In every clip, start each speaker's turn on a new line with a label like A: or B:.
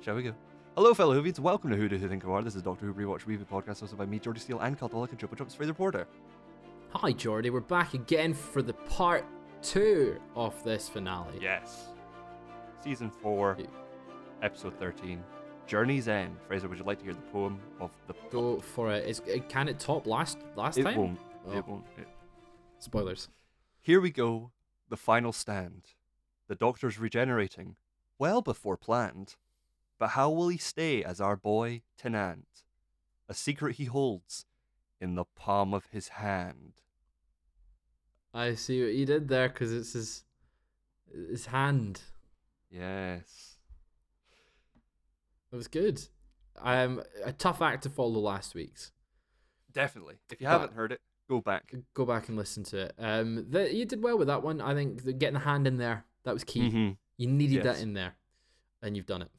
A: Shall we go? Hello, fellow Hoovians. Welcome to Who Do Who Think You Are. This is Doctor Who Rewatch Review Podcast, hosted by me, Jordy Steele, and Cultolic and Triple Jump's Free Reporter.
B: Hi, Jordy. We're back again for the part two of this finale.
A: Yes. Season 4,
B: Yeah.
A: Episode 13, Journey's End. Fraser, would you like to hear the poem of the.
B: Go for it. Is, uh, can it top last last
A: it
B: time?
A: won't.
B: Oh.
A: It won't. It-
B: Spoilers.
A: Here we go, the final stand. The doctor's regenerating, well before planned. But how will he stay as our boy, Tenant? A secret he holds in the palm of his hand.
B: I see what you did there because it's his his hand.
A: Yes.
B: That was good. Um, a tough act to follow last week's.
A: Definitely. If you
B: But-
A: haven't heard it, go back.
B: Go back and listen to it. Um, the, you did well with that one. I think the, getting the hand in there that was key.
A: Mhm.
B: You
A: Yes.
B: needed that in there, and you've done it.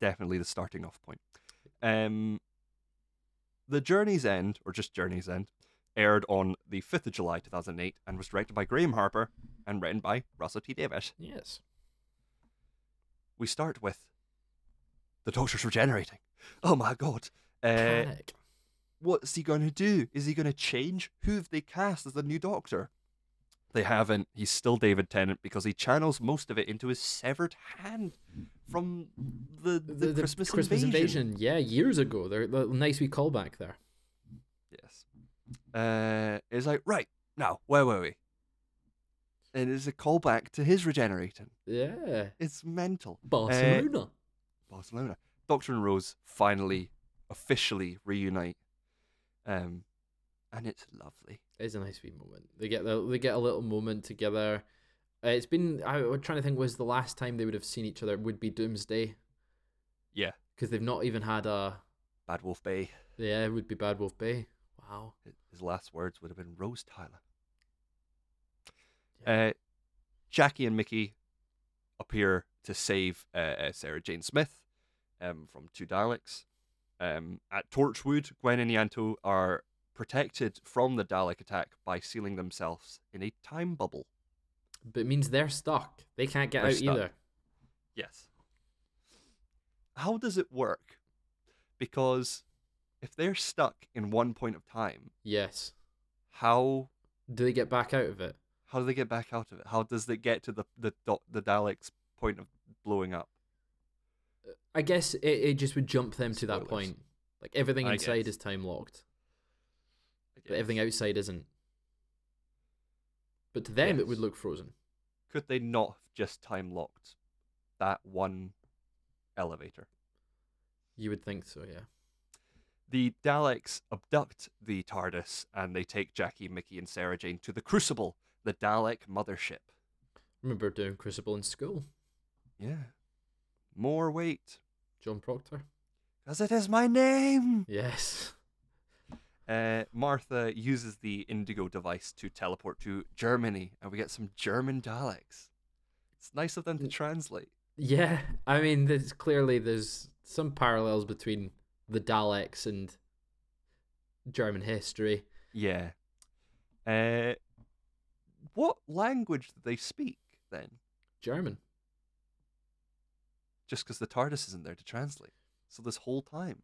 A: Definitely the starting off point. Um, the Journey's End, or just Journey's End, aired on the 5th of July 2008 and was directed by Graham Harper and written by Russell T. Davies.
B: Yes.
A: we start with the doctor's regenerating. Oh my god. Uh,
B: Panic.
A: what's he going to do? Is he going to change? Who have they cast as the new doctor? They haven't. He's still David Tennant because he channels most of it into his severed hand from the, the, Christmas, invasion.
B: Yeah, years ago. There, the nice wee callback there.
A: Yes. Uh, it's like, right, now, where were we? And it's a callback to his regenerating.
B: Yeah, Uh,
A: It's mental. Uh,
B: Barcelona.
A: Barcelona. Doctor and Rose finally, officially reunite, um, and it's lovely.
B: it's a nice wee moment. They get the, they get a little moment together. Uh, it's been I was trying to think was the last time they would have seen each other would be Doomsday
A: Yeah,
B: because they've not even had a
A: Bad Wolf Bay.
B: yeah it would be Bad Wolf Bay. Wow.
A: His last words would have been Rose Tyler.
B: Yeah.
A: Uh, Jackie and Mickey appear to save uh, uh, Sarah Jane Smith um, from two Daleks. Um, at Torchwood, Gwen and Yanto are protected from the Dalek attack by sealing themselves in a time bubble.
B: But it means they're stuck. They can't get
A: They're
B: out
A: stuck.
B: either.
A: Yes. How does it work? Because if they're stuck in one point of time,
B: Yes.
A: how
B: Do they get back out of it?
A: how do they get back out of it? How does it get to the the do- the Daleks' point of blowing up?
B: I guess it, it just would jump them to that
A: Spoilers.
B: point. Like everything
A: I
B: inside
A: guess.
B: is time locked, but everything outside isn't. But to them, it would
A: Yes.
B: look frozen.
A: Could they not have just time locked that one elevator?
B: You would think so, yeah.
A: The Daleks abduct the TARDIS and they take Jackie, Mickey, and Sarah Jane to the Crucible, the Dalek mothership.
B: Remember doing Crucible in school?
A: Yeah. More weight,
B: John Proctor?
A: because it is my name.
B: Yes.
A: Uh, Martha uses the Indigo device to teleport to Germany, and we get some German Daleks. It's nice of them to translate.
B: Yeah, I mean, there's clearly there's some parallels between the Daleks and German history.
A: Yeah. Uh, what language do they speak then?
B: German.
A: Just because the TARDIS isn't there to translate. So this whole time,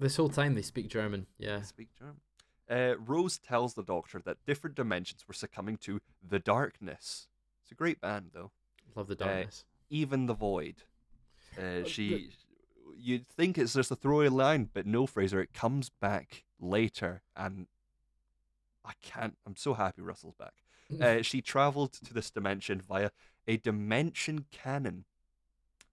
B: This whole time they speak German. Yeah.
A: they speak German. Uh, Rose tells the Doctor that different dimensions were succumbing to the darkness. It's a great band, though.
B: Love the darkness.
A: even the void. Uh, she, you'd think it's just a throwaway line, but no, Fraser. It comes back later, and I can't. I'm so happy Russell's back. Uh, she travelled to this dimension via a dimension cannon.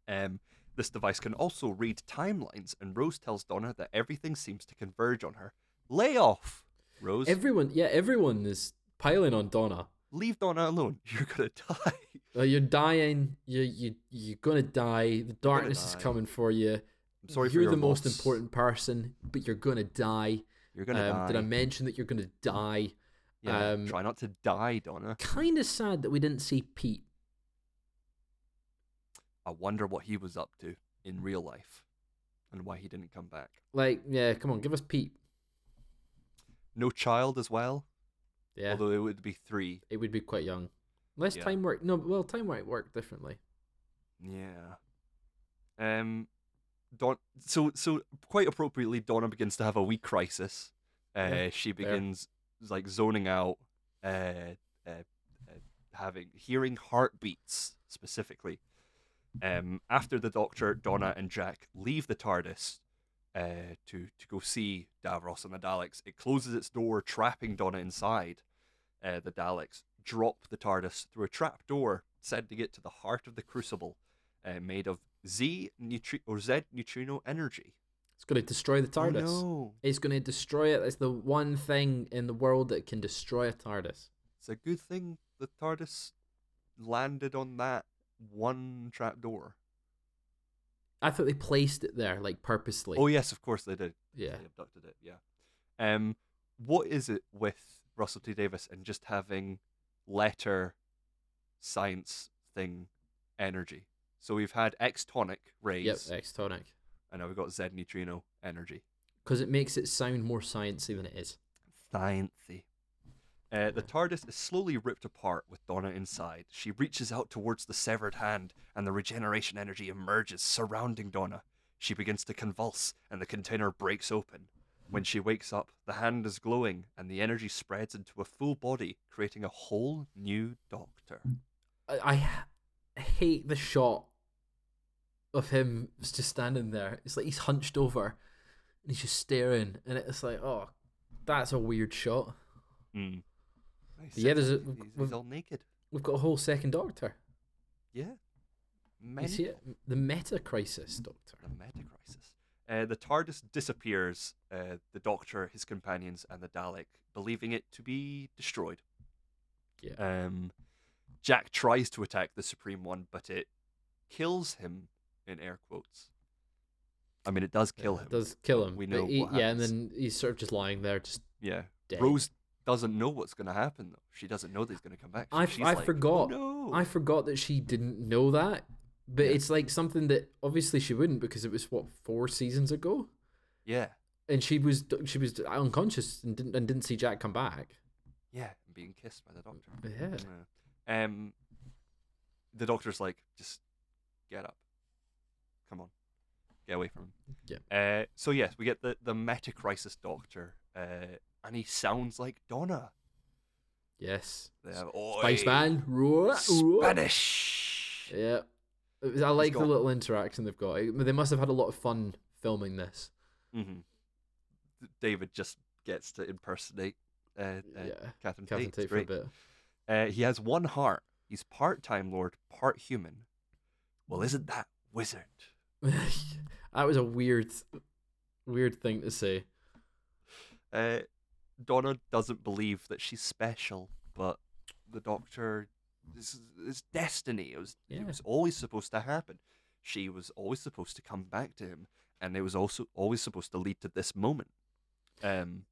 A: Um, this device can also read timelines, and Rose tells Donna that everything seems to converge on her. Lay off, Rose.
B: Everyone, yeah, everyone is piling on Donna.
A: Leave Donna alone. You're gonna die.
B: Uh, you're dying. You you you're gonna die. The darkness is
A: die.
B: coming for you.
A: I'm sorry
B: you're
A: for your
B: the most
A: loss.
B: important person, but you're gonna die.
A: You're gonna
B: um,
A: die.
B: Did I mention that you're gonna die?
A: Yeah,
B: um,
A: try not to die, Donna.
B: Kind of sad that we didn't see Pete.
A: I wonder what he was up to in real life and why he didn't come back.
B: Like, yeah, come on, give us Pete.
A: No child as well,
B: Yeah,
A: although it would be three.
B: it would be quite young. Unless
A: Yeah.
B: time work. No, well, time might work differently.
A: Yeah. Um, Dawn. So so quite appropriately, Donna begins to have a wee crisis. Uh,
B: Yeah,
A: she begins like zoning out, uh, uh, uh, having hearing heartbeats specifically. Um, after the doctor, Donna and Jack leave the TARDIS uh, to to go see Davros and the Daleks, it closes its door, trapping Donna inside. Uh, the Daleks drop the TARDIS through a trap door, sending it to the heart of the Crucible, uh, made of Z neutri- or Z neutrino energy.
B: It's going to destroy the TARDIS.
A: no.
B: It's going to destroy it. It's the one thing in the world that can destroy a TARDIS.
A: It's a good thing the TARDIS landed on that one trap door.
B: I thought they placed it there, like purposely.
A: Oh yes, of course they did.
B: yeah.
A: They abducted it. Yeah. Um, what is it with Russell T Davis and just having letter, science thing, energy? So we've had X tonic rays,
B: Yep, X tonic.
A: and now we've got Z neutrino energy.
B: Because it makes it sound more sciencey than it is.
A: Sciencey. Uh, the TARDIS is slowly ripped apart with Donna inside. She reaches out towards the severed hand, and the regeneration energy emerges, surrounding Donna. She begins to convulse, and the container breaks open. When she wakes up, the hand is glowing, and the energy spreads into a full body, creating a whole new doctor.
B: I, I ha- hate the shot of him just standing there. It's like he's hunched over and he's just staring, and it's like, oh, that's a weird shot.
A: Mm. Nice.
B: Yeah, there's a-
A: He's, he's
B: we've-
A: all naked.
B: We've got a whole second Doctor.
A: Yeah.
B: You
A: Men.
B: see it? The meta crisis Doctor.
A: The meta crisis. Uh, the TARDIS disappears. Uh, the Doctor, his companions, and the Dalek, believing it to be destroyed.
B: Yeah.
A: Um, Jack tries to attack the Supreme One, but it kills him. In air quotes. I mean, it does kill
B: Yeah,
A: him.
B: it Does kill him.
A: We
B: but
A: know
B: he-
A: what
B: yeah, and
A: happens.
B: then he's sort of just lying there, just
A: Yeah.
B: dead.
A: Rose doesn't know what's going to happen though. She doesn't know that he's going to come back. So
B: I,
A: she's
B: I
A: like,
B: forgot.
A: "Oh, no.
B: I forgot that she didn't know that. But
A: Yeah.
B: it's like something that obviously she wouldn't because it was what four seasons ago,
A: Yeah.
B: and she was she was unconscious and didn't and didn't see Jack come back.
A: Yeah. Being kissed by the Doctor.
B: Yeah.
A: Yeah. Um, the doctor's like, just get up. Come on. Get away from him. Yeah. Uh, so, yes, we get the, the meta crisis doctor, uh, and he sounds like Donna.
B: Yes.
A: They have, "Oi,
B: Spice Man. Roar, roar."
A: Spanish.
B: Yeah. It was- I like the
A: got-
B: little interaction they've got. It- They must have had a lot of fun filming this.
A: hmm David just gets to impersonate uh, uh,
B: Yeah.
A: Catherine Tate.
B: Captain
A: It's
B: Tate for a
A: great.
B: bit.
A: Uh, he has one heart. He's part Time Lord, part human. Well, isn't that wizard?
B: that was a weird, weird thing to say.
A: Uh, Donna doesn't believe that she's special, but the Doctor, this is it's destiny. It was
B: Yeah.
A: it was always supposed to happen. She was always supposed to come back to him, and it was also always supposed to lead to this moment. Um,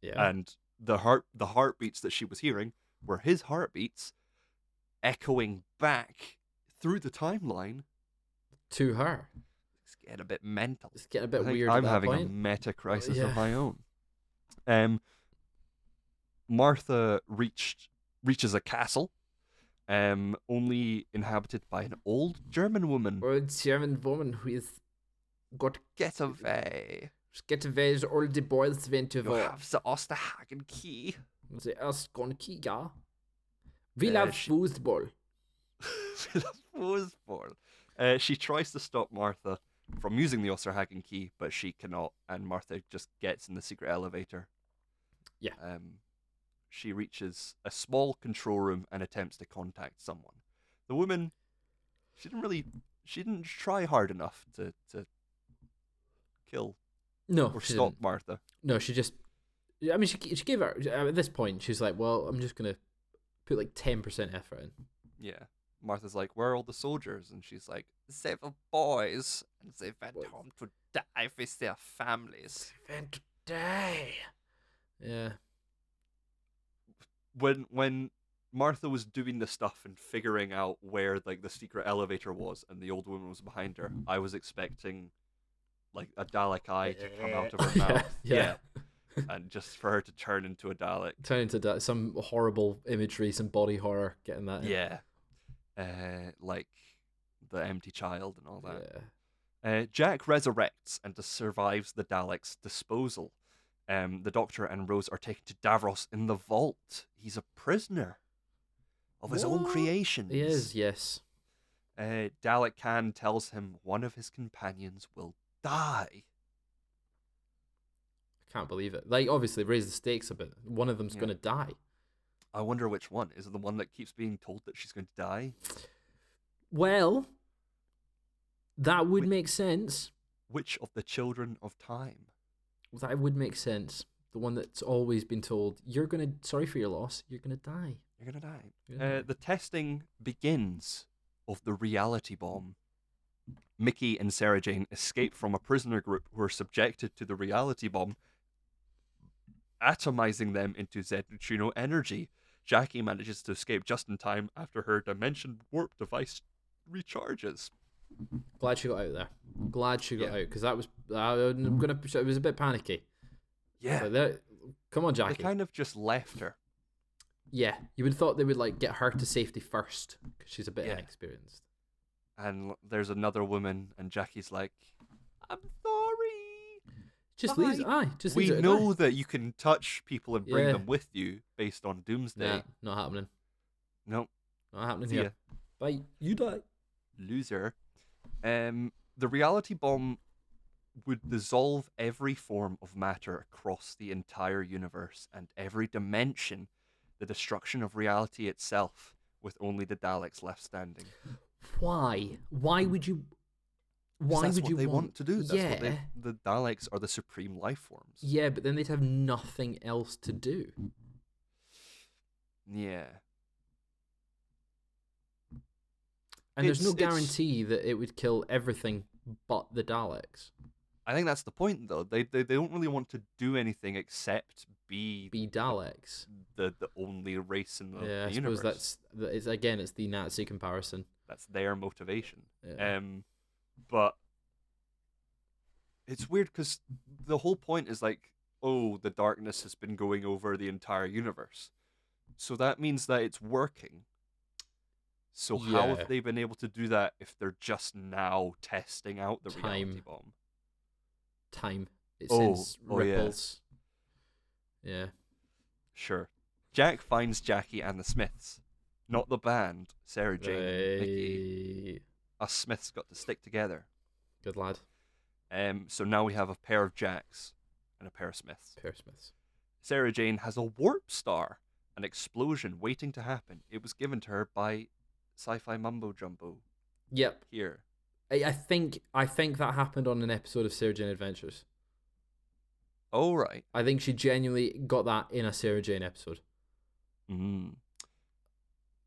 B: Yeah.
A: and the heart the heartbeats that she was hearing were his heartbeats echoing back through the timeline.
B: to her,
A: It's getting a bit mental.
B: it's getting a
A: I
B: bit
A: think
B: weird.
A: I'm
B: at that
A: having
B: point.
A: a meta crisis
B: yeah.
A: of my own. Um, Martha reached reaches a castle, um, only inhabited by an old German woman.
B: Or a German woman who is got
A: Get away!
B: skatteways all the boys went
A: You have the Osterhagen key.
B: The erst gone ja. We
A: Uh,
B: love
A: she-
B: football.
A: Fuzzball. Uh, she tries to stop Martha from using the Osterhagen key, but she cannot, and Martha just gets in the secret elevator.
B: Yeah.
A: Um, she reaches a small control room and attempts to contact someone. The woman, she didn't really, she didn't try hard enough to to kill
B: No,
A: or
B: Oh, she
A: stop
B: didn't.
A: Martha.
B: No, she just. I mean, she she gave her at this point. She's like, well, I'm just gonna put like ten percent effort in.
A: Yeah. Martha's like, where are all the soldiers? And she's like, they were boys, and they went
B: Boys.
A: home to die with their families.
B: And today. Yeah.
A: when when Martha was doing the stuff and figuring out where like the secret elevator was and the old woman was behind her,
B: Mm-hmm.
A: I was expecting like a Dalek eye to come out of her
B: Yeah,
A: mouth.
B: yeah.
A: And just for her to turn into a Dalek.
B: Turn into da- some horrible imagery, some body horror. Getting that. in.
A: Yeah. Uh, like the empty child and all that.
B: Yeah.
A: Uh, Jack resurrects and dis- survives the Dalek's disposal. Um, the Doctor and Rose are taken to Davros in the vault. He's a prisoner of his own
B: What?
A: creations.
B: He is, yes.
A: Uh, Dalek Khan tells him one of his companions will die.
B: I can't believe it. Like, obviously, raise the stakes a bit. One of them's
A: Yeah.
B: going to die.
A: I wonder which one. Is it the one that keeps being told that she's going to die?
B: Well, that would
A: Wait.
B: make sense.
A: Which of the children of time?
B: That would make sense. The one that's always been told, you're going to, sorry for your loss, you're going to die.
A: You're going to die.
B: You're gonna
A: Uh,
B: die.
A: the testing begins of the reality bomb. Mickey and Sarah Jane escape from a prisoner group who are subjected to the reality bomb, atomizing them into Z neutrino energy. Jackie manages to escape just in time after her dimension warp device recharges.
B: Glad she got out there. Glad she got
A: Yeah.
B: out because that was, I'm going to, it was a bit panicky.
A: Yeah,
B: Like, that- come on,
A: they
B: Jackie.
A: kind of just left her.
B: Yeah, you would have thought they would like get her to safety first because she's a bit
A: Yeah.
B: inexperienced.
A: And l- there's another woman, and Jackie's like, I'm sorry.
B: Just
A: Bye.
B: leaves. Aye, just
A: we
B: leaves it at
A: know
B: that.
A: that you can touch people and bring
B: Yeah.
A: them with you based on Doomsday.
B: Nah, not happening.
A: Nope.
B: Not happening
A: See
B: here.
A: ya.
B: Bye. You die.
A: Loser. Um, the reality bomb would dissolve every form of matter across the entire universe and every dimension, the destruction of reality itself, with only the Daleks left standing.
B: Why? Why would you?
A: 'Cause
B: Why
A: that's
B: would
A: what
B: you
A: they want to do? That's
B: yeah.
A: what they, the Daleks are the supreme life forms.
B: Yeah, but then they'd have nothing else to do.
A: Yeah.
B: And there's no
A: It's- it's-
B: guarantee that it would kill everything but the Daleks.
A: I think that's the point, though. They, they, they don't really want to do anything except be
B: Be Daleks.
A: the, the only race in the,
B: yeah, I
A: the universe.
B: suppose that's that is again it's the Nazi comparison. Uh,
A: that's their motivation.
B: Yeah.
A: Um, but it's weird because the whole point is like, oh, the darkness has been going over the entire universe, so that means that it's working. So how
B: Yeah.
A: have they been able to do that if they're just now testing out the reality
B: Time.
A: bomb?
B: Time. It
A: Oh,
B: sends
A: oh, yeah.
B: ripples. yeah.
A: Sure. Jack finds Jackie and the Smiths, not the band. Sarah Jane, and Mickey.
B: Hey,
A: Us Smiths got to stick together.
B: Good lad,
A: Um, so now we have a pair of Jacks and a pair of Smiths.
B: Pear Smiths.
A: Sarah Jane has a warp star, an explosion waiting to happen. It was given to her by sci fi mumbo jumbo
B: Yep,
A: here.
B: I, I think I think that happened on an episode of Sarah Jane Adventures.
A: All right.
B: I think she genuinely got that in a Sarah Jane episode.
A: Mm.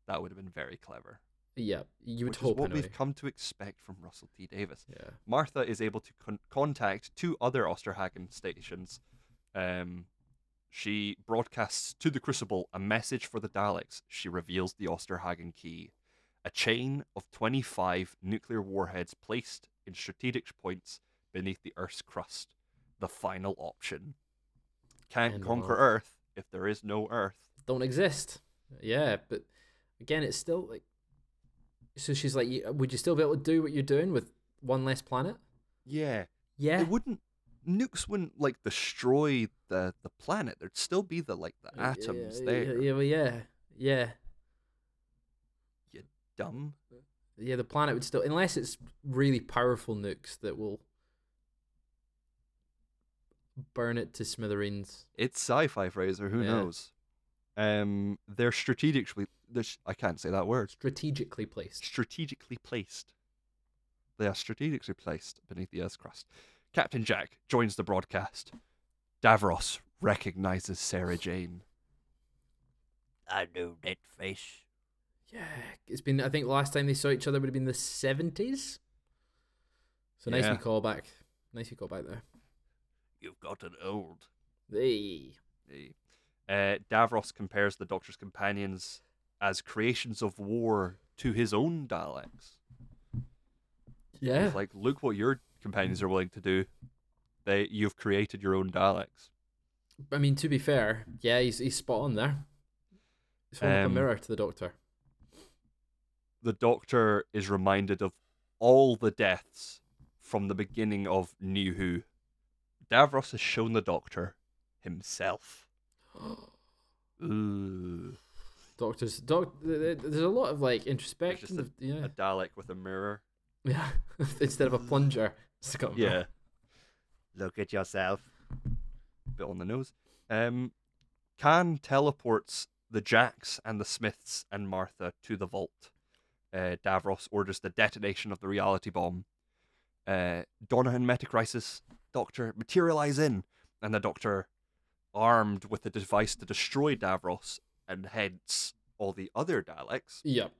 A: That would have been very clever.
B: Yeah, you would
A: which is
B: hope
A: what
B: anyway.
A: we've come to expect from Russell T Davis.
B: yeah,
A: Martha is able to con- contact two other Osterhagen stations. Um, she broadcasts to the Crucible a message for the Daleks. She reveals the Osterhagen key, a chain of 25 nuclear warheads placed in strategic points beneath the Earth's crust. The final option. Can't
B: End of
A: conquer
B: all.
A: Earth if there is no Earth.
B: don't exist. Yeah, but again, it's still like. So she's like, "You- would you still be able to do what you're doing with one less planet?
A: Yeah.
B: Yeah,
A: It wouldn't. Nukes wouldn't like destroy the the planet. There'd still be the like the
B: Yeah,
A: atoms
B: yeah,
A: there.
B: Yeah, well, yeah, yeah,
A: Dumb.
B: yeah. The planet would still, unless it's really powerful nukes that will burn it to smithereens.
A: It's sci-fi, Fraser. Who
B: Yeah.
A: knows? Um, they're strategically. They're, sh- I can't say that word.
B: strategically placed.
A: Strategically placed. They are strategically placed beneath the Earth's crust. Captain Jack joins the broadcast. Davros recognizes Sarah Jane. I know that face.
B: Yeah, it's been. I think last time they saw each other would have been the seventies. So nice we
A: Yeah.
B: call back. Nice we call back there.
A: You've gotten old.
B: Hey.
A: Eh. Uh, Davros compares the Doctor's companions as creations of war to his own Daleks.
B: Yeah.
A: It's like, look what your companions are willing to do. They, you've created your own Daleks.
B: I mean, to be fair, yeah, he's he's spot on there. It's holding up a
A: Um,
B: mirror to the doctor.
A: The Doctor is reminded of all the deaths from the beginning of New Who. Davros has shown the Doctor himself. Ooh,
B: Doctors, doc, th- th- there's a lot of like introspection.
A: a-
B: of- yeah,
A: a Dalek with a mirror.
B: yeah. Instead of a plunger, it's got a-
A: Yeah. Look at yourself. Bit on the nose. Um, Khan teleports the Jacks and the Smiths and Martha to the vault. Uh, Davros orders the detonation of the reality bomb. Uh, Donahan Metacrisis, Doctor, materialize in. And the Doctor, armed with the device to destroy Davros and hence all the other Daleks,
B: Yep.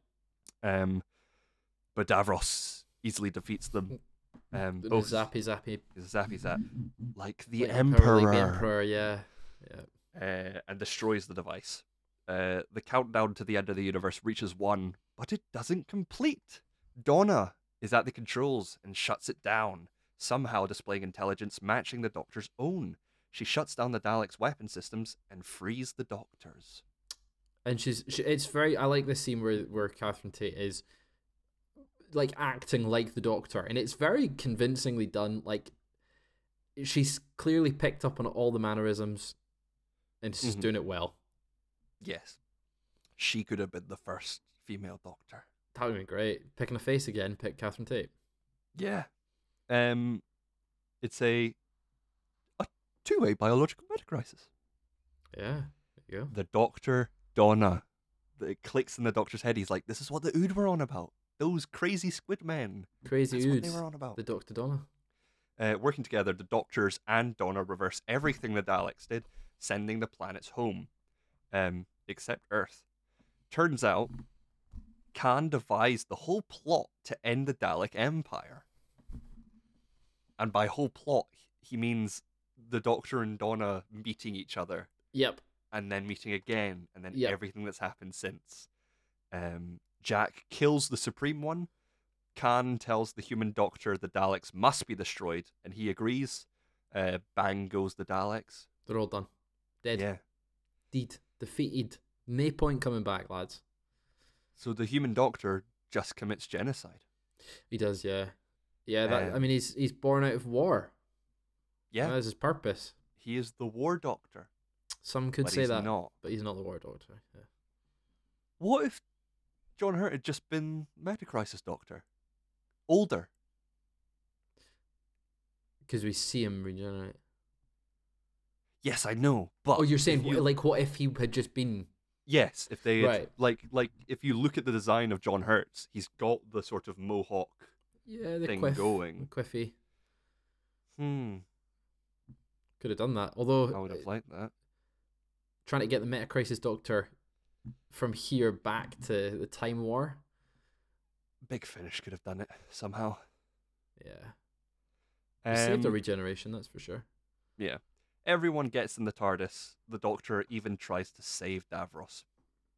A: um, but Davros easily defeats them. Um,
B: The
A: both
B: zappy zappy.
A: zappy zap, like the
B: like,
A: emperor,
B: Like the emperor. Yeah. Yeah.
A: Uh, and destroys the device. Uh, the countdown to the end of the universe reaches one, but it doesn't complete. Donna is at the controls and shuts it down, somehow displaying intelligence matching the Doctor's own. She shuts down the Daleks' weapon systems and frees the Doctors.
B: and she's she, it's very i like this scene where where catherine tate is like acting like the doctor and it's very convincingly done like she's clearly picked up on all the mannerisms and she's
A: Mhm.
B: doing it well
A: Yes, she could have been the first female Doctor.
B: that would be great picking a face again pick catherine tate
A: Yeah. Um, it's a a two way biological metacrisis.
B: yeah there you go
A: The doctor Donna, the- it clicks in the doctor's head. He's like, "This is what the Ood were on about. Those crazy squid men.
B: crazy
A: That's what they
B: oods
A: were on about."
B: the dr donna
A: Uh, working together, the doctors and Donna reverse everything the Daleks did, sending the planets home, um, except Earth. Turns out, Khan devised the whole plot to end the Dalek Empire. And by whole plot, he means the Doctor and Donna meeting each other
B: yep
A: and then meeting again, and then
B: Yep.
A: everything that's happened since. Um, Jack kills the Supreme One. Khan tells the human doctor the Daleks must be destroyed, and he agrees. Uh, bang goes the Daleks.
B: they're all done dead
A: Yeah.
B: deed defeated no point coming back lads
A: So the human doctor just commits genocide.
B: he does yeah yeah that i
A: Um,
B: mean he's he's born out of war
A: Yeah.
B: that is his purpose
A: he is the war doctor.
B: Some could
A: but
B: say
A: he's
B: that,
A: not.
B: but he's not the War Doctor. Yeah.
A: What if John Hurt had just been Metacrisis Doctor? Older.
B: Because we see him regenerate.
A: Yes, I know. But
B: oh, you're saying
A: if you-
B: like what if he had just been?
A: Yes, if they had-
B: Right.
A: like like if you look at the design of John Hertz, he's got the sort of mohawk.
B: Yeah, the
A: Thing
B: quiff,
A: going.
B: Quiffy
A: Hmm,
B: could have done that. Although
A: I would have
B: uh,
A: liked that.
B: trying to get the Metacrisis Doctor from here back to the Time War.
A: Big Finish could have done it somehow.
B: Yeah, he saved a
A: Um,
B: regeneration. That's for sure.
A: yeah, everyone gets in the TARDIS. The Doctor even tries to save Davros,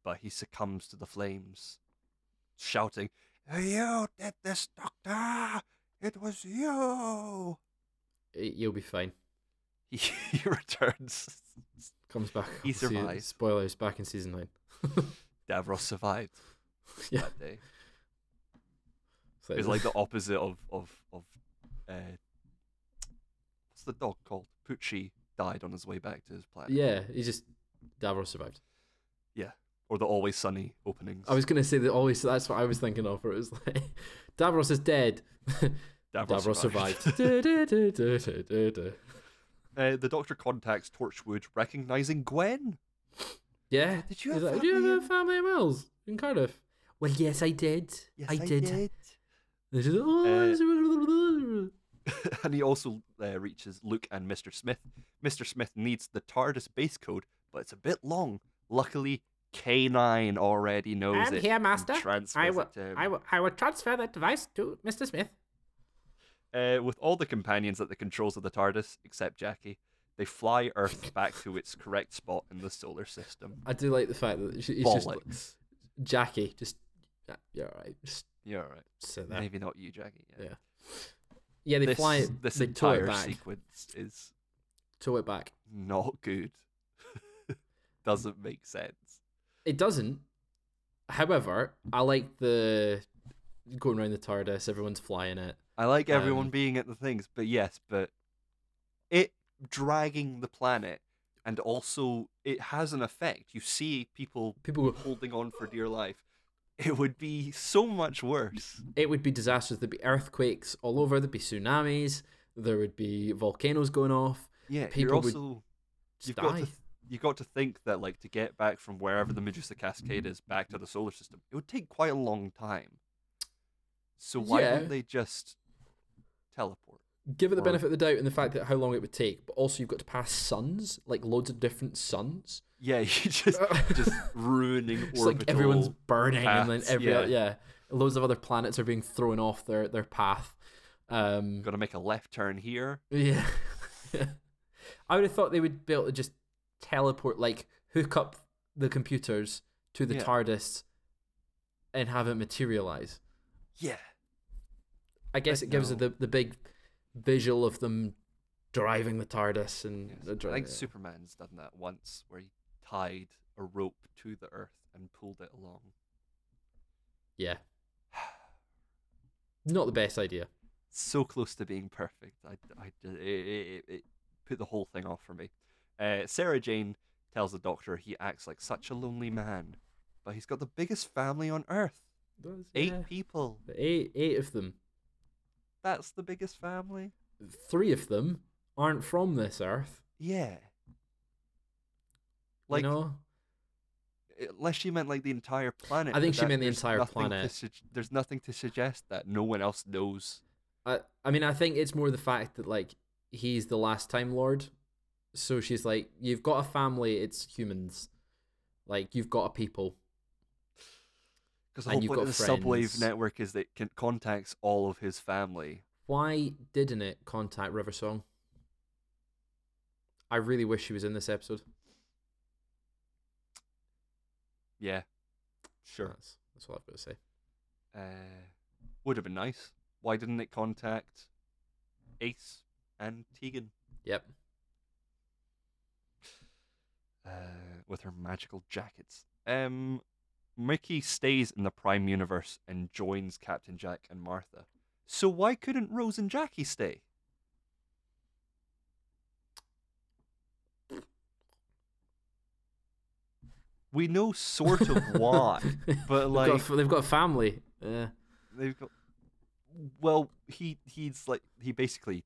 A: but he succumbs to the flames, shouting, "You did this, Doctor! It was you!"
B: He- He'll be fine.
A: He, he returns.
B: Comes back.
A: He
B: on sea-
A: survives.
B: spoilers back in season nine.
A: Davros survived
B: yeah,
A: that day.
B: it's like,
A: It's like the opposite of of of uh, what's the dog called? Poochie died on his way back to his planet.
B: yeah. He just Davros survived.
A: Or the always sunny openings.
B: I was gonna say that always. That's what I was thinking of. Where it was like, Davros is dead. Davros, survived. Du-du-du-du-du-du-du.
A: uh, the doctor contacts Torchwood, recognizing Gwen.
B: yeah.
A: Did you
B: He's
A: have
B: like,
A: family
B: "Do you have a
A: in-
B: family in Wales in Cardiff? Well, yes, I did.
A: Yes, Uh,
B: I, did. And she's like, "Oh,
A: and he also uh, reaches Luke and Mr. Smith. Mr. Smith needs the TARDIS base code, but it's a bit long. Luckily, K9 already knows
C: I'm
A: it.
C: here,
A: and
C: Master.
A: transfers
C: I
A: it
C: will,
A: to him.
C: I will, I will transfer that device to Mr. Smith.
A: Uh, with all the companions at the controls of the TARDIS, except Jackie, they fly Earth back to its correct spot in the solar system.
B: I do like the fact that she, he's just like,
A: Bollocks.
B: Jackie. Just yeah, you're all right. Just
A: You're right.
B: sit there.
A: Maybe not you, Jackie. Yeah.
B: Yeah. Yeah, they
A: this
B: fly it.
A: this
B: they tow it
A: entire
B: back.
A: sequence is
B: Tow it back.
A: not good. Doesn't make sense.
B: It doesn't. However, I like the going around the TARDIS. Everyone's flying it.
A: I like everyone
B: Um,
A: being at the things, but yes, but it dragging the planet and also it has an effect. You see people
B: People go,
A: holding on for dear life. It would be so much worse.
B: it would be disasters. There'd be earthquakes all over. There'd be tsunamis. There would be volcanoes going off.
A: Yeah, you're
B: People would
A: also
B: Just
A: you've got
B: die.
A: to you got to think that like to get back from wherever the Medusa Cascade is back to the solar system, it would take quite a long time. So why
B: Yeah.
A: don't they just teleport?
B: Give it the
A: or-
B: benefit of the doubt and the fact that how long it would take, but also you've got to pass suns, like loads of different suns.
A: Yeah, you just just ruining
B: It's
A: orbital.
B: like everyone's burning, and
A: paths,
B: then every
A: yeah.
B: yeah. yeah, loads of other planets are being thrown off their their path. Um,
A: Got to make a left turn here.
B: yeah, I would have thought they would be able to just teleport, like hook up the computers to the
A: Yeah.
B: TARDIS and have it materialize.
A: Yeah,
B: I guess
A: But
B: it gives
A: no.
B: it the the big visual of them driving the TARDIS and
A: yes.
B: the
A: I
B: dri-
A: think
B: yeah.
A: Superman's done that once, where he tied a rope to the Earth and pulled it along.
B: yeah. Not the best idea.
A: so close to being perfect. I, I, it, it, it put the whole thing off for me. Uh, Sarah Jane tells the doctor he acts like such a lonely man, but he's got the biggest family on earth. Eight
B: Yeah.
A: people.
B: eight eight of them.
A: That's the biggest family.
B: three of them aren't from this earth.
A: Yeah.
B: you
A: Like, eh,
B: know,
A: unless she meant like the entire planet.
B: I think
A: but
B: she
A: that-
B: meant the
A: there's
B: entire
A: nothing to
B: planet.
A: sug- there's nothing to suggest that no one else knows.
B: I I mean, I think it's more the fact that like he's the last Time Lord, so she's like, you've got a family, it's humans, like you've got a people.
A: Because the
B: And
A: whole
B: you've
A: point of the
B: got
A: Subwave
B: friends.
A: network is that it can- contacts all of his family.
B: Why didn't it contact River Song? I really wish she was in this episode.
A: Yeah. Sure.
B: That's, that's all I've got to say.
A: uh, would have been nice. Why didn't it contact Ace and Tegan
B: Yep.
A: uh, with her magical jackets? Um, Mickey stays in the Prime Universe and joins Captain Jack and Martha. So why couldn't Rose and Jackie stay? We know sort of why, but
B: They've got a
A: like
B: f- they've got a family. Yeah.
A: they've got well he he's like he basically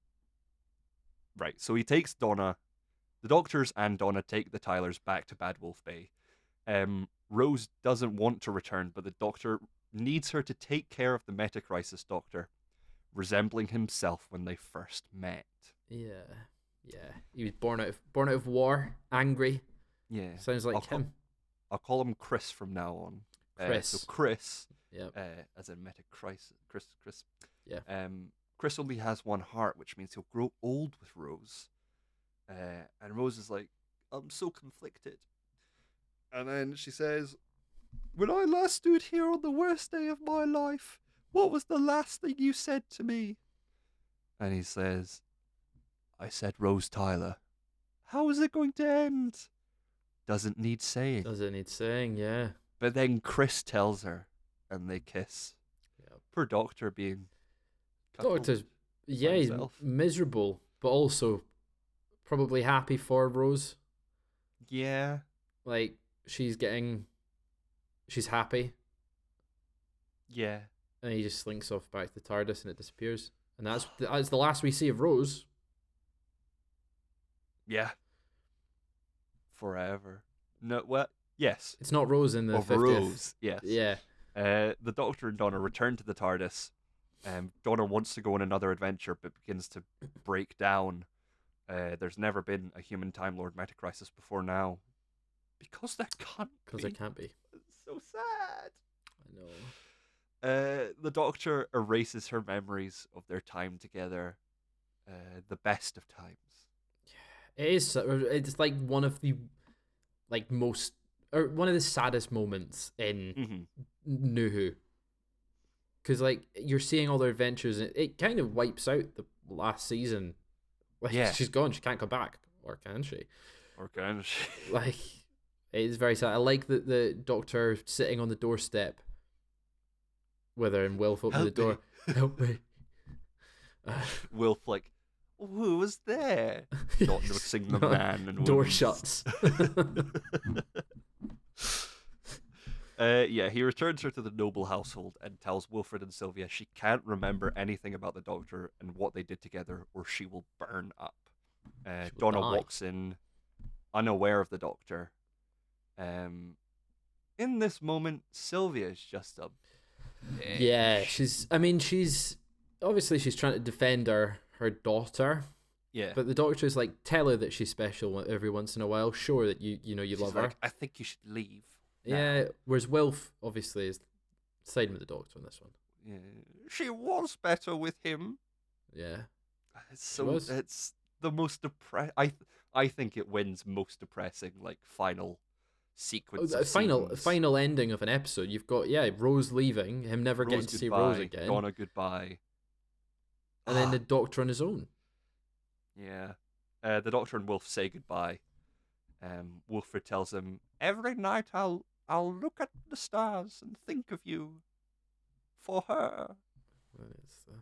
A: right so he takes donna the doctors and donna take the tylers back to bad wolf bay um rose doesn't want to return but the doctor needs her to take care of the metacrisis doctor resembling himself when they first met
B: Yeah. Yeah. He was born out of born out of war, angry.
A: yeah
B: Sounds like
A: I'll co-
B: him.
A: i'll call him chris from now on Uh,
B: Chris.
A: so chris
B: Yep.
A: uh, as in metacrisis chris chris
B: Yeah.
A: um chris only has one heart which means he'll grow old with rose uh, and rose is like i'm so conflicted and then she says when i last stood here on the worst day of my life what was the last thing you said to me and he says i said rose tyler how is it going to end doesn't need saying
B: Does it need saying? Yeah.
A: but then Chris tells her, and they kiss.
B: Yep. Oh,
A: Poor Doctor being. cuckolded.
B: Doctor's- Yeah, he's
A: himself.
B: miserable, but also probably happy for Rose.
A: Yeah.
B: Like she's getting, she's happy,
A: Yeah.
B: and he just slinks off back to the TARDIS and it disappears. And that's that's the last we see of Rose.
A: Yeah. Forever. No. Well. Yes.
B: It's not Rose in the
A: Of
B: 50th.
A: Rose. Yes.
B: Yeah,
A: Uh, the Doctor and Donna return to the TARDIS. Um, Donna wants to go on another adventure, but begins to break down. Uh, there's never been a human Time Lord Metacrisis before now, because there can't.
B: because
A: be.
B: it can't be.
A: It's so sad.
B: I know.
A: Uh, the doctor erases her memories of their time together, uh, the best of times.
B: It is. so- It's like one of the, like most or one of the saddest moments in
A: Mm-hmm.
B: New Who. Because like you're seeing all their adventures, and it kind of wipes out the last season. Like
A: Yeah.
B: she's gone, she can't come back, or can she?
A: Or can she?
B: Like it is very sad. I like that the doctor sitting on the doorstep with her and Wilf opening the
A: Help me.
B: door. Help me.
A: Wilf like, who was there? Not noticing the
B: No,
A: man and
B: Door
A: woman's-
B: shuts.
A: Uh, yeah, he returns her to the noble household and tells Wilfred and Sylvia she can't remember anything about the doctor and what they did together, or she will burn up. Uh,
B: She will
A: Donna
B: die.
A: walks in, unaware of the doctor. Um, in this moment, Sylvia is just a. bitch.
B: yeah, she's. I mean, she's obviously she's trying to defend her her daughter,
A: yeah.
B: but the doctor's like, tell her that she's special every once in a while. Sure that you you know you
A: She's
B: love her.
A: like, I think you should leave. now."
B: Yeah. Whereas Wilf obviously is siding with the doctor on this one.
A: yeah. She was better with him.
B: Yeah.
A: It's so
B: was.
A: it's the most depress. I th- I think it wins most depressing like final
B: Oh,
A: sequence.
B: the
A: of
B: final
A: scenes.
B: final ending of an episode. You've got yeah, Rose leaving, him never getting
A: Rose
B: to see Rose
A: goodbye,
B: again,
A: Donna goodbye. Ah,
B: and then the Doctor on his own.
A: yeah, uh, the Doctor and Wolf say goodbye. Um, Wilfred tells him every night I'll I'll look at the stars and think of you. For her,
B: And it's, uh,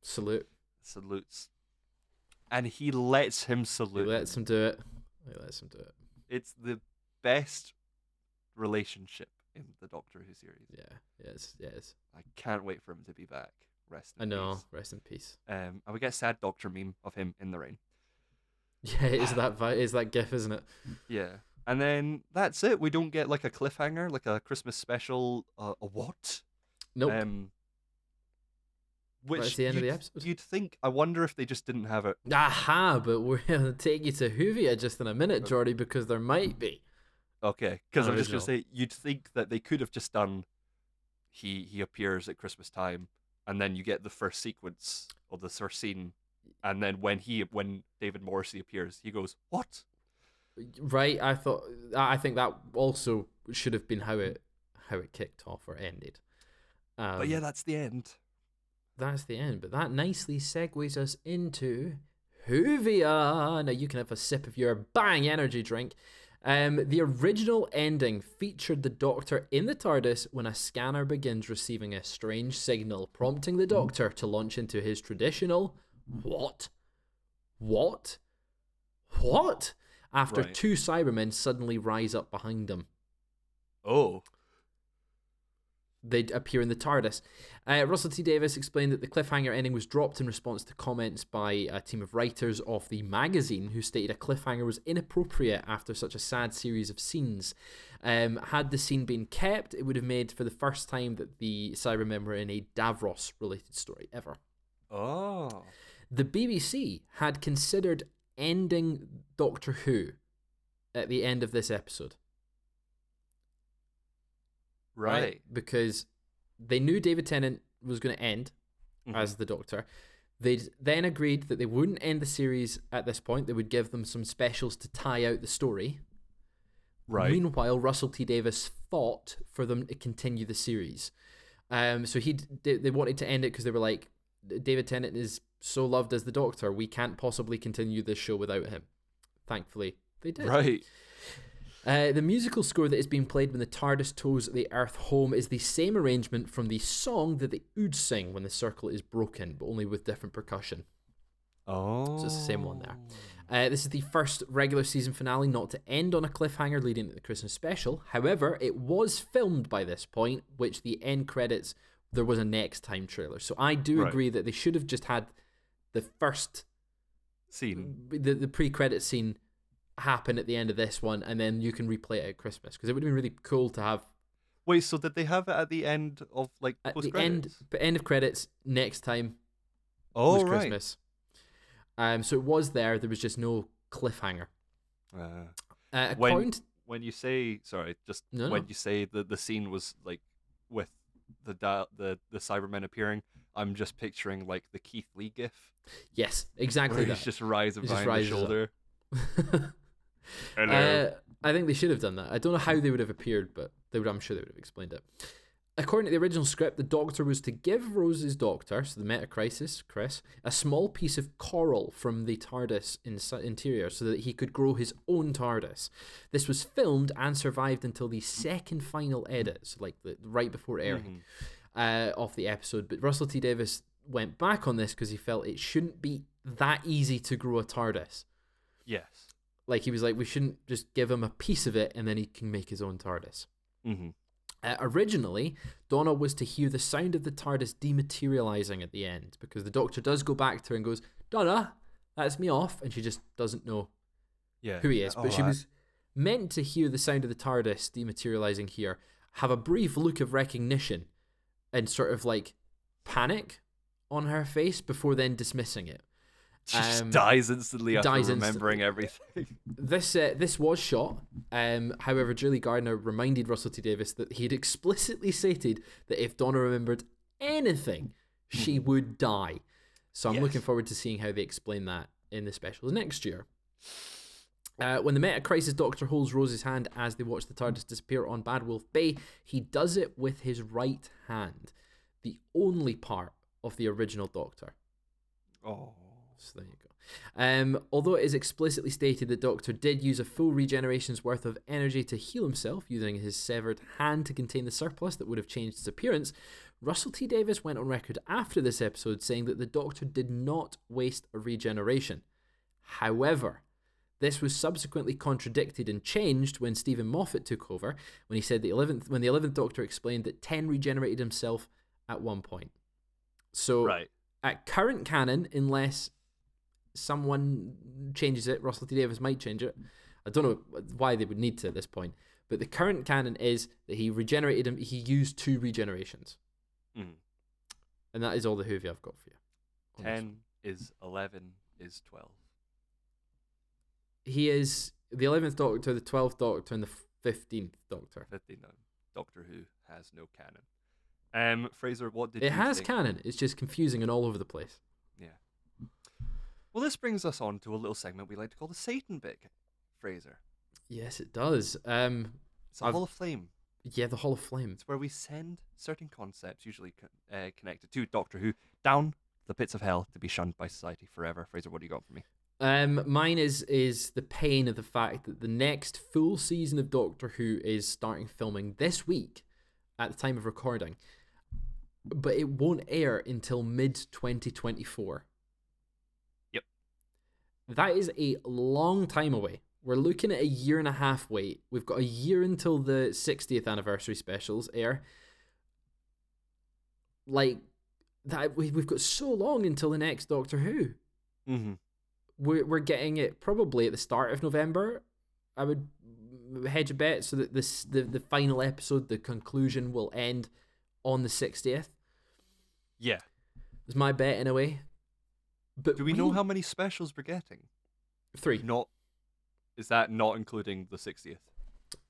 B: salute.
A: salutes, and he lets him
B: He
A: salute.
B: lets him do it. He lets him do it.
A: It's the best relationship in the Doctor Who series.
B: Yeah. Yes. Yes.
A: I can't wait for him to be back. Rest. In
B: I know.
A: peace.
B: Rest in peace.
A: Um, and we get a sad doctor meme of him in the rain.
B: Yeah, it
A: Ah.
B: is that vi- it is that gif, isn't it?
A: Yeah. And then that's it. We don't get like a cliffhanger, like a Christmas special. Uh, a what?
B: Nope.
A: Um, which
B: the end of the
A: you'd-
B: episode.
A: You'd think. I wonder if they just didn't have it.
B: Aha! But we're gonna take you to Hoovia just in a minute, Jordy, because there might be.
A: Okay, because I'm just gonna
B: Original.
A: say you'd think that they could have just done. He he appears at Christmas time, and then you get the first sequence or the first scene, and then when he when David Morrissey appears, he goes what?
B: Right? I thought. I I think that also should have been how it how it kicked off or ended. Um,
A: but yeah, that's the end.
B: that's the end. But that nicely segues us into Hoovia. Now you can have a sip of your bang energy drink. Um, the original ending featured the Doctor in the TARDIS when a scanner begins receiving a strange signal, prompting the Doctor to launch into his traditional what? What? What? After
A: Right.
B: two Cybermen suddenly rise up behind him
A: Oh,
B: they would appear in the TARDIS. Uh, Russell T Davis explained that the cliffhanger ending was dropped in response to comments by a team of writers of the magazine who stated a cliffhanger was inappropriate after such a sad series of scenes. Um, had the scene been kept, it would have made for the first time that the Cybermen were in a Davros related story ever.
A: oh,
B: The BBC had considered ending Doctor Who at the end of this episode.
A: right.
B: Because they knew David Tennant was going to end
A: Mm-hmm.
B: as the Doctor. They then agreed that they wouldn't end the series at this point. They would give them some specials to tie out the story.
A: Right.
B: Meanwhile, Russell T Davis fought for them to continue the series. Um, so he they, they wanted to end it because they were like, David Tennant is so loved as the Doctor. We can't possibly continue this show without him. Thankfully, they did.
A: Right.
B: Uh, the musical score that is being played when the TARDIS tows the Earth home is the same arrangement from the song that the Ood sing when the circle is broken, but only with different percussion.
A: Oh.
B: So it's the same one there. Uh, this is the first regular season finale not to end on a cliffhanger leading to the Christmas special. However, it was filmed by this point, which the end credits, there was a next time trailer. So I do
A: Right.
B: agree that they should have just had the first
A: Scene.
B: the, the pre-credit scene happen at the end of this one and then you can replay it at christmas because it would have been really cool to have
A: Wait, so did they have it at the end of like
B: at
A: post
B: the end
A: credits?
B: the end of credits next time
A: Oh
B: was
A: right.
B: christmas um so it was there there was just no cliffhanger
A: Uh,
B: uh,
A: When-
B: account
A: when you say sorry, just
B: No,
A: when
B: no.
A: you say that the scene was like with the da- the the Cybermen appearing, I'm just picturing like the Keith Lee gif
B: yes
A: where
B: exactly
A: he's
B: that.
A: just rising
B: He just
A: behind the
B: rises up.
A: shoulder. Hello.
B: Uh, I think they should have done that. I don't know how they would have appeared, but they would, I'm sure they would have explained it. According to the original script, the Doctor was to give Rose's doctor, so the Meta Crisis, Chris, a small piece of coral from the TARDIS ins- interior so that he could grow his own TARDIS. This was filmed and survived until the second
A: Mm-hmm.
B: final edit, so like the, right before airing uh, of the episode. But Russell T Davis went back on this because he felt it shouldn't be that easy to grow a TARDIS.
A: Yes.
B: Like he was like, we shouldn't just give him a piece of it and then he can make his own TARDIS.
A: Mm-hmm.
B: Uh, originally, Donna was to hear the sound of the TARDIS dematerializing at the end because the Doctor does go back to her and goes, Donna, that's me off. And she just doesn't know
A: Yeah. Oh,
B: who he is.
A: yeah,
B: But she
A: all that.
B: was meant to hear the sound of the TARDIS dematerializing here, have a brief look of recognition and sort of like panic on her face before then dismissing it.
A: She just
B: um,
A: dies instantly after
B: dies
A: remembering everything.
B: This uh, this was shot. Um, however, Julie Gardner reminded Russell T Davis that he had explicitly stated that if Donna remembered anything, she would die. So I'm
A: Yes.
B: looking forward to seeing how they explain that in the specials next year. Uh, when the Meta Crisis Doctor holds Rose's hand as they watch the TARDIS disappear on Bad Wolf Bay, he does it with his right hand, the only part of the original Doctor.
A: oh.
B: So there you go. Um, although it is explicitly stated that Doctor did use a full regeneration's worth of energy to heal himself, using his severed hand to contain the surplus that would have changed his appearance, Russell T Davis went on record after this episode saying that the Doctor did not waste a regeneration. However, this was subsequently contradicted and changed when Stephen Moffat took over, when he said the eleventh when the eleventh Doctor explained that ten regenerated himself at one point. So
A: Right.
B: at current canon, unless someone changes it, Russell T Davis might change it. I don't know why they would need to at this point, but the current canon is that he regenerated him. He used two regenerations, Oh,
A: Mm.
B: and that is all the Hoovy I've got for you. on this one.
A: Ten is eleven is twelve.
B: He is the eleventh Doctor, the twelfth Doctor, and the fifteenth Doctor.
A: Fifty-nine. Doctor Who has no canon. Um, Fraser, what did
B: it
A: you
B: has
A: think?
B: canon. It's just confusing and all over the place.
A: Yeah. Well, this brings us on to a little segment we like to call the Satan bit, Fraser.
B: Yes, it does. Um,
A: It's a
B: I've- Mm.
A: Hall of Flame.
B: yeah, the Hall of Flame.
A: It's where we send certain concepts, usually co- uh, connected to Doctor Who, down the pits of hell to be shunned by society forever. Fraser, what do you got for me?
B: Um, mine is is the pain of the fact that the next full season of Doctor Who is starting filming this week, at the time of recording, but it won't air until mid twenty twenty four.
A: Yep.
B: That is a long time away. We're looking at a year and a half wait. We've got a year until the sixtieth anniversary specials air. Like that, we, we've got so long until the next Doctor Who
A: Mm-hmm.
B: we're, we're getting it probably at the start of November. I would hedge a bet so that this the, the final episode, the conclusion, will end on the sixtieth.
A: Yeah.
B: Is my bet in a way. But
A: Do we know how many specials we're getting?
B: three? No,
A: Not. Is that not including the sixtieth?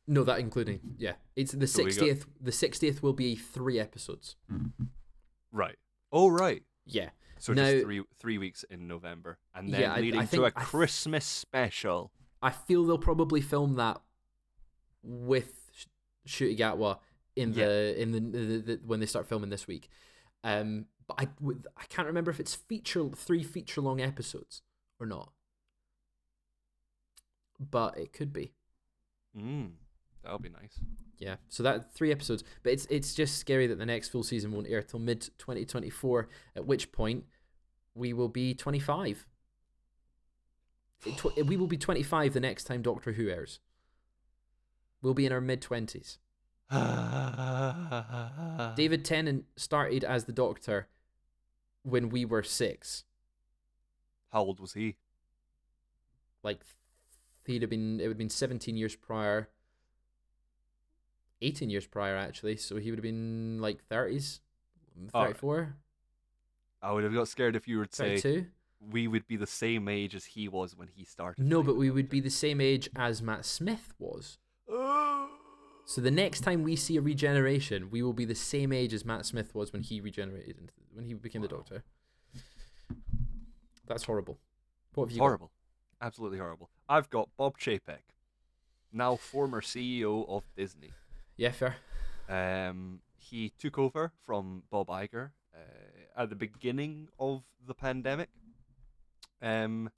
B: that including yeah. It's the
A: So we got-
B: sixtieth. The sixtieth will be three episodes.
A: Right. Oh, right.
B: Yeah.
A: So
B: Now-
A: just three three weeks in November, and then
B: Yeah, I-
A: leading
B: I
A: to
B: think-
A: a
B: I th-
A: Christmas special.
B: I feel they'll probably film that with Sh- Shutigatwa in
A: Yeah.
B: the in the, the, the when they start filming this week. Um, but I with, I can't remember if it's feature three feature long episodes or not. But it could be,
A: Mm, that'll be nice.
B: yeah. So that three episodes, but it's it's just scary that the next full season won't air till mid twenty twenty four. At which point, we will be twenty five. Tw- we will be twenty five the next time Doctor Who airs. We'll be in our mid twenties.
A: Uh-huh.
B: David Tennant started as the Doctor when we were six.
A: How old was he?
B: Like he'd have been, it would have been seventeen years prior, eighteen years prior actually. So he would have been like thirties,
A: Alright.
B: thirty-four,
A: I would have got scared if you were to say
B: thirty-two.
A: we would be the same age as he was when he started.
B: No,
A: playing
B: but
A: the
B: we would
A: Doctor.
B: be the same age as Matt Smith was. So the next time we see a regeneration, we will be the same age as Matt Smith was when he regenerated, into, when he became the
A: Wow.
B: Doctor. That's horrible. What have you? got?
A: horrible, absolutely horrible. I've got Bob Chapek, now former CEO of Disney.
B: Yeah, fair.
A: Um, he took over from Bob Iger uh, at the beginning of the pandemic. Um,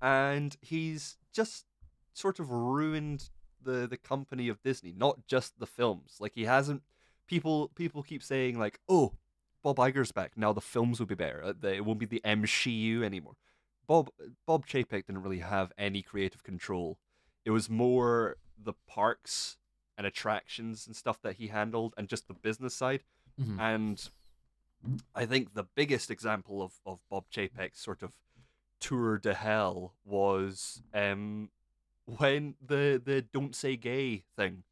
A: and he's just sort of ruined the the company of Disney, not just the films. Like he hasn't people people keep saying like, "Oh, Bob Iger's back. Now the films will be better. Uh, the- It won't be the MCU anymore. Bob Bob Chapek didn't really have any creative control. It was more the parks and attractions and stuff that he handled, and just the business side.
B: Mhm.
A: And I think the biggest example of of Bob Chapek's sort of tour de hell was um, when the the don't say gay thing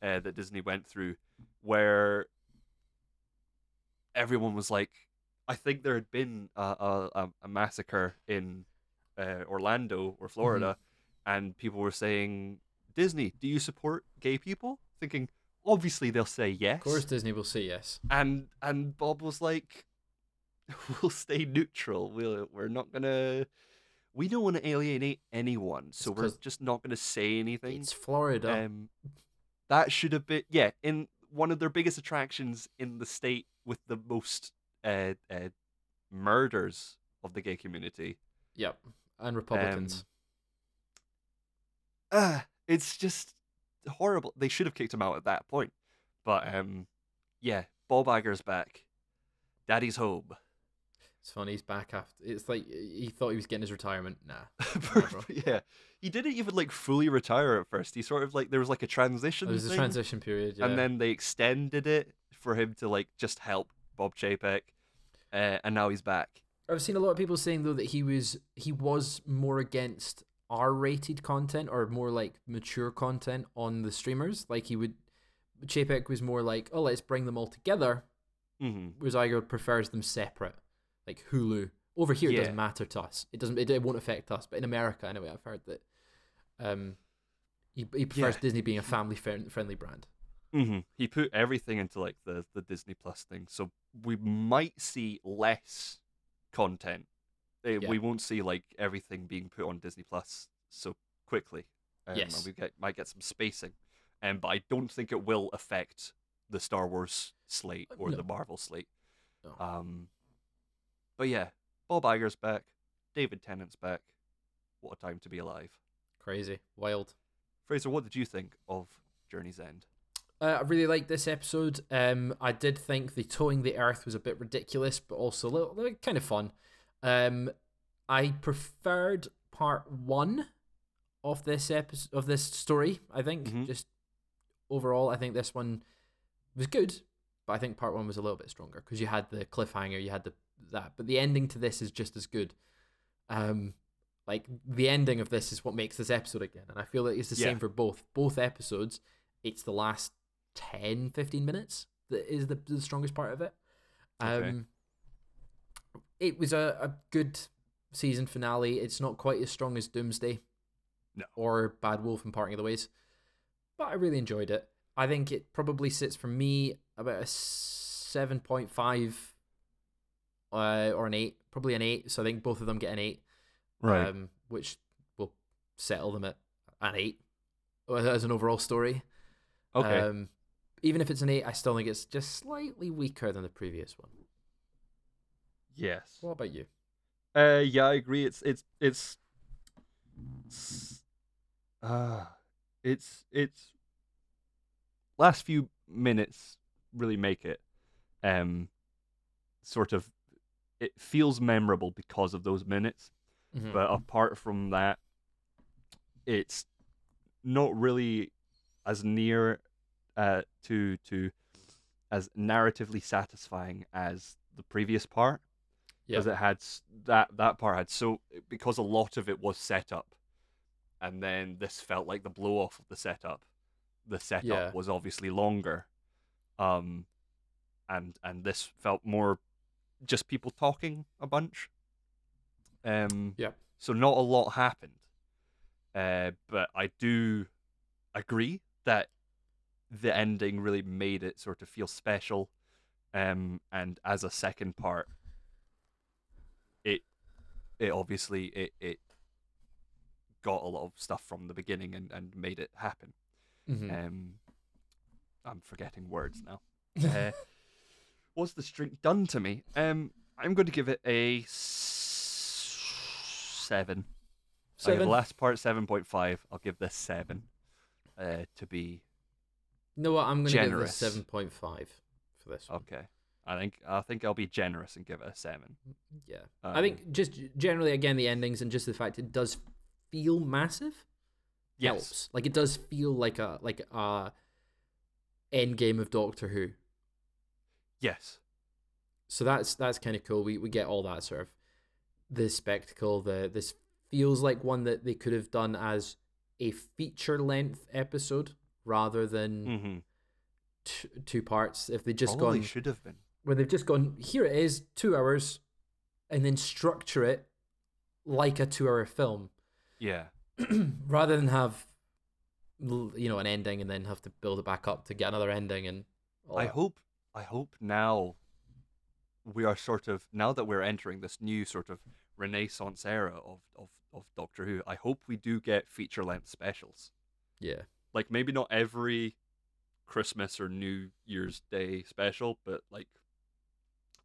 A: uh, that Disney went through, where everyone was like, I think there had been a a, a- a massacre in uh, Orlando or Florida, and people were saying, Disney, do you support gay people? Thinking obviously they'll say yes,
B: Of course, Disney will say yes.
A: and and Bob was like, we'll stay neutral. We'll we're not gonna. We don't want to alienate anyone, so we're
B: 'cause
A: just not going to say anything.
B: It's Florida.
A: Um, that should have been yeah in one of their biggest attractions in the state with the most uh, uh, murders of the gay community.
B: yep, and Republicans.
A: um, Uh, it's just horrible. They should have kicked him out at that point, but um, yeah, Bob Iger's back, Daddy's home.
B: It's funny. He's back after. It's like he thought he was getting his retirement. Nah, bro.
A: yeah, he didn't even like fully retire at first. He sort of like there was like a transition.
B: it was a
A: thing.
B: transition period. Yeah.
A: and then they extended it for him to like just help Bob Chapek, uh, and now he's back.
B: I've seen a lot of people saying though that he was he was more against R-rated content or more like mature content on the streamers. Like he would, Chapek was more like, oh, let's bring them all together.
A: hmm
B: Whereas Iger prefers them separate, like Hulu. Over here, it
A: Yeah.
B: doesn't matter to us. It doesn't. It, it won't affect us. But in America, anyway, I've heard that. Um, he, he prefers
A: Yeah.
B: Disney being a family friend, friendly brand. Mm-hmm.
A: hmm He put everything into like the the Disney Plus thing, so we might see less content. Eh,
B: Yeah.
A: We won't see like everything being put on Disney Plus so quickly. Um, and
B: Yes.
A: we get, might get some spacing, um, but I don't think it will affect the Star Wars slate or
B: Uh, No.
A: the Marvel slate.
B: No.
A: Um, but yeah, Bob Iger's back, David Tennant's back. What a time to be alive!
B: Crazy, wild.
A: Fraser, what did you think of Journey's End?
B: Uh, I really liked this episode. Um, I did think the towing the earth was a bit ridiculous, but also a little, like, kind of fun. Um, I preferred part one of this episode of this story. I think
A: Mhm.
B: just overall, I think this one was good, but I think part one was a little bit stronger because you had the cliffhanger, you had the that, but the ending to this is just as good. Um, like the ending of this is what makes this episode again, and I feel like it's the
A: Yeah.
B: same for both both episodes. It's the last 10, 15 minutes that is the, the strongest part of it.
A: Okay.
B: Um, it was a, a good season finale. It's not quite as strong as Doomsday
A: No.
B: or Bad Wolf and Parting of the Ways, but I really enjoyed it. I think it probably sits for me about a 7.5 uh, or an 8, probably an 8. So I think both of them get an 8 um, which will settle them at an eight as an overall story.
A: okay.
B: Um, even if it's an eight, I still think it's just slightly weaker than the previous one.
A: yes.
B: What about you?
A: Uh, yeah, I agree. It's it's it's, it's uh, it's it's last few minutes really make it um sort of it feels memorable because of those minutes
B: Mhm.
A: but apart from that it's not really as near uh to to as narratively satisfying as the previous part
B: yeah,
A: because it had s- that that part had so because a lot of it was set up, and then this felt like the blow off of the setup. The setup
B: Yeah.
A: was obviously longer, um, and and this felt more just people talking a bunch. Um,
B: Yep.
A: So not a lot happened, uh, but I do agree that the ending really made it sort of feel special, um, and as a second part, it obviously it, it got a lot of stuff from the beginning and, and made it happen.
B: Mhm.
A: Um, I'm forgetting words now. Uh, what's this drink done to me? Um, I'm going to give it a s- seven. I give
B: Seven.
A: the last part seven point five. I'll give this seven. Uh, to be
B: You know what? I'm going to give
A: generous.
B: this seven point five for this one.
A: okay. I think I think I'll be generous and give it a seven.
B: Yeah. I
A: Um,
B: think just generally again the endings and just the fact it does feel massive
A: yes,
B: helps. Like it does feel like a like a end game of Doctor Who.
A: yes,
B: So that's that's kind of cool. We we get all that sort of the spectacle. The this feels like one that they could have done as a feature length episode rather than
A: mm-hmm.
B: t- two parts. If they Mm. just
A: probably
B: gone
A: should have been.
B: where they've just gone here it is two hours, and then structure it like a two hour film.
A: Yeah,
B: rather than have l- you know an ending and then have to build it back up to get another ending and all
A: I
B: that.
A: hope I hope now we are sort of now that we're entering this new sort of renaissance era of of, of Doctor Who, I hope we do get feature length specials.
B: yeah
A: Like maybe not every Christmas or New Year's Day special, but like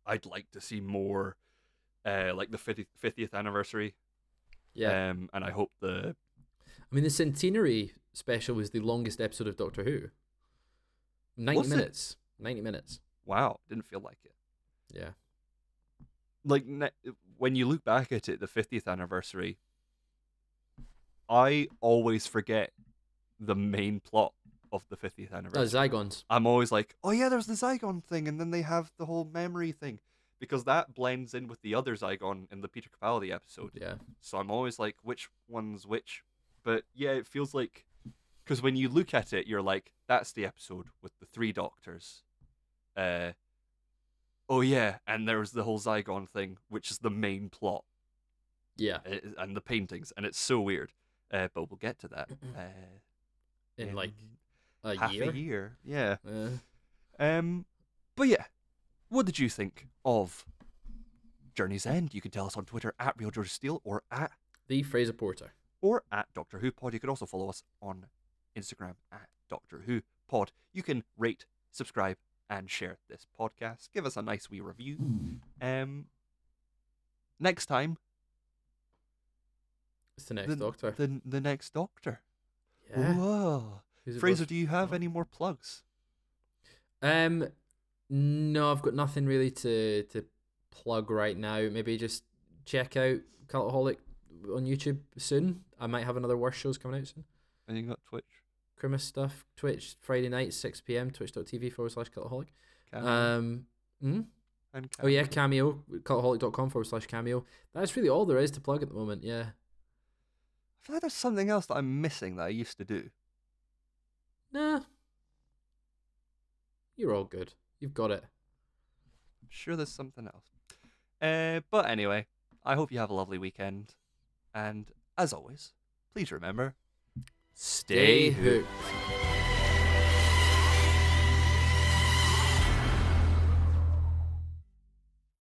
A: I'd like to see more uh like the 50th, 50th anniversary.
B: yeah
A: Um and I hope the
B: i mean the centenary special was the longest episode of doctor who 90
A: Was it?
B: minutes 90 minutes
A: wow, didn't feel like it.
B: yeah
A: like ne- when you look back at it, the 50th anniversary, I always forget the main plot of the 50th
B: oh,
A: anniversary.
B: zygons
A: I'm always like, oh yeah, there's the Zygon thing, and then they have the whole memory thing because that blends in with the other Zygon in the Peter Capaldi episode.
B: yeah
A: So I'm always like, which one's which? But yeah, it feels like because when you look at it, you're like, that's the episode with the three doctors. Uh, oh yeah, and there was the whole Zygon thing, which is the main plot,
B: yeah
A: uh, and the paintings, and it's so weird. Uh, but we'll get to that uh,
B: in, like a
A: half
B: year,
A: a year. Yeah.
B: Uh,
A: Um, but yeah, what did you think of Journey's End? You can tell us on Twitter at Real George Steele or at
B: the fraser porter
A: or at Doctor Who Pod. You can also follow us on Instagram at Doctor Who Pod. You can rate, subscribe, and share this podcast. Give us a nice wee review. Um, next time,
B: it's the next doctor
A: the the next Doctor.
B: yeah
A: Whoa,
B: Who's it Oh.
A: Fraser,
B: with?
A: do you have
B: No.
A: any more plugs?
B: Um, no, I've got nothing really to to plug right now. Maybe just check out Cultaholic on YouTube soon. I might have another worse shows coming out soon.
A: And you got Twitch?
B: Christmas stuff, Twitch Friday night, six p.m. Twitch.tv forward slash Cultaholic.
A: Cam-
B: Um, mm?
A: and
B: oh yeah, cameo Cultaholic.com forward slash cameo. That's really all there is to plug at the moment. Yeah,
A: I feel like there's something else that I'm missing that I used to do.
B: nah, you're all good. You've got it.
A: I'm sure there's something else. Uh, but anyway, I hope you have a lovely weekend. And as always, please remember,
B: Stay hooked.